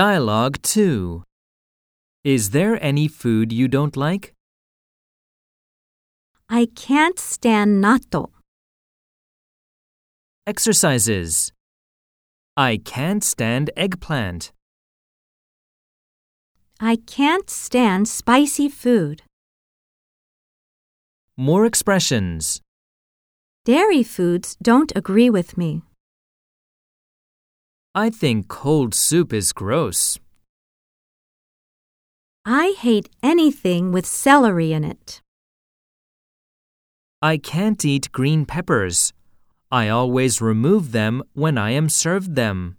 Dialogue 2 Is there any food you don't like? I can't stand natto. Exercises I can't stand eggplant. I can't stand spicy food. More expressions. Dairy foods don't agree with me. I think cold soup is gross. I hate anything with celery in it. I can't eat green peppers. I always remove them when I am served them.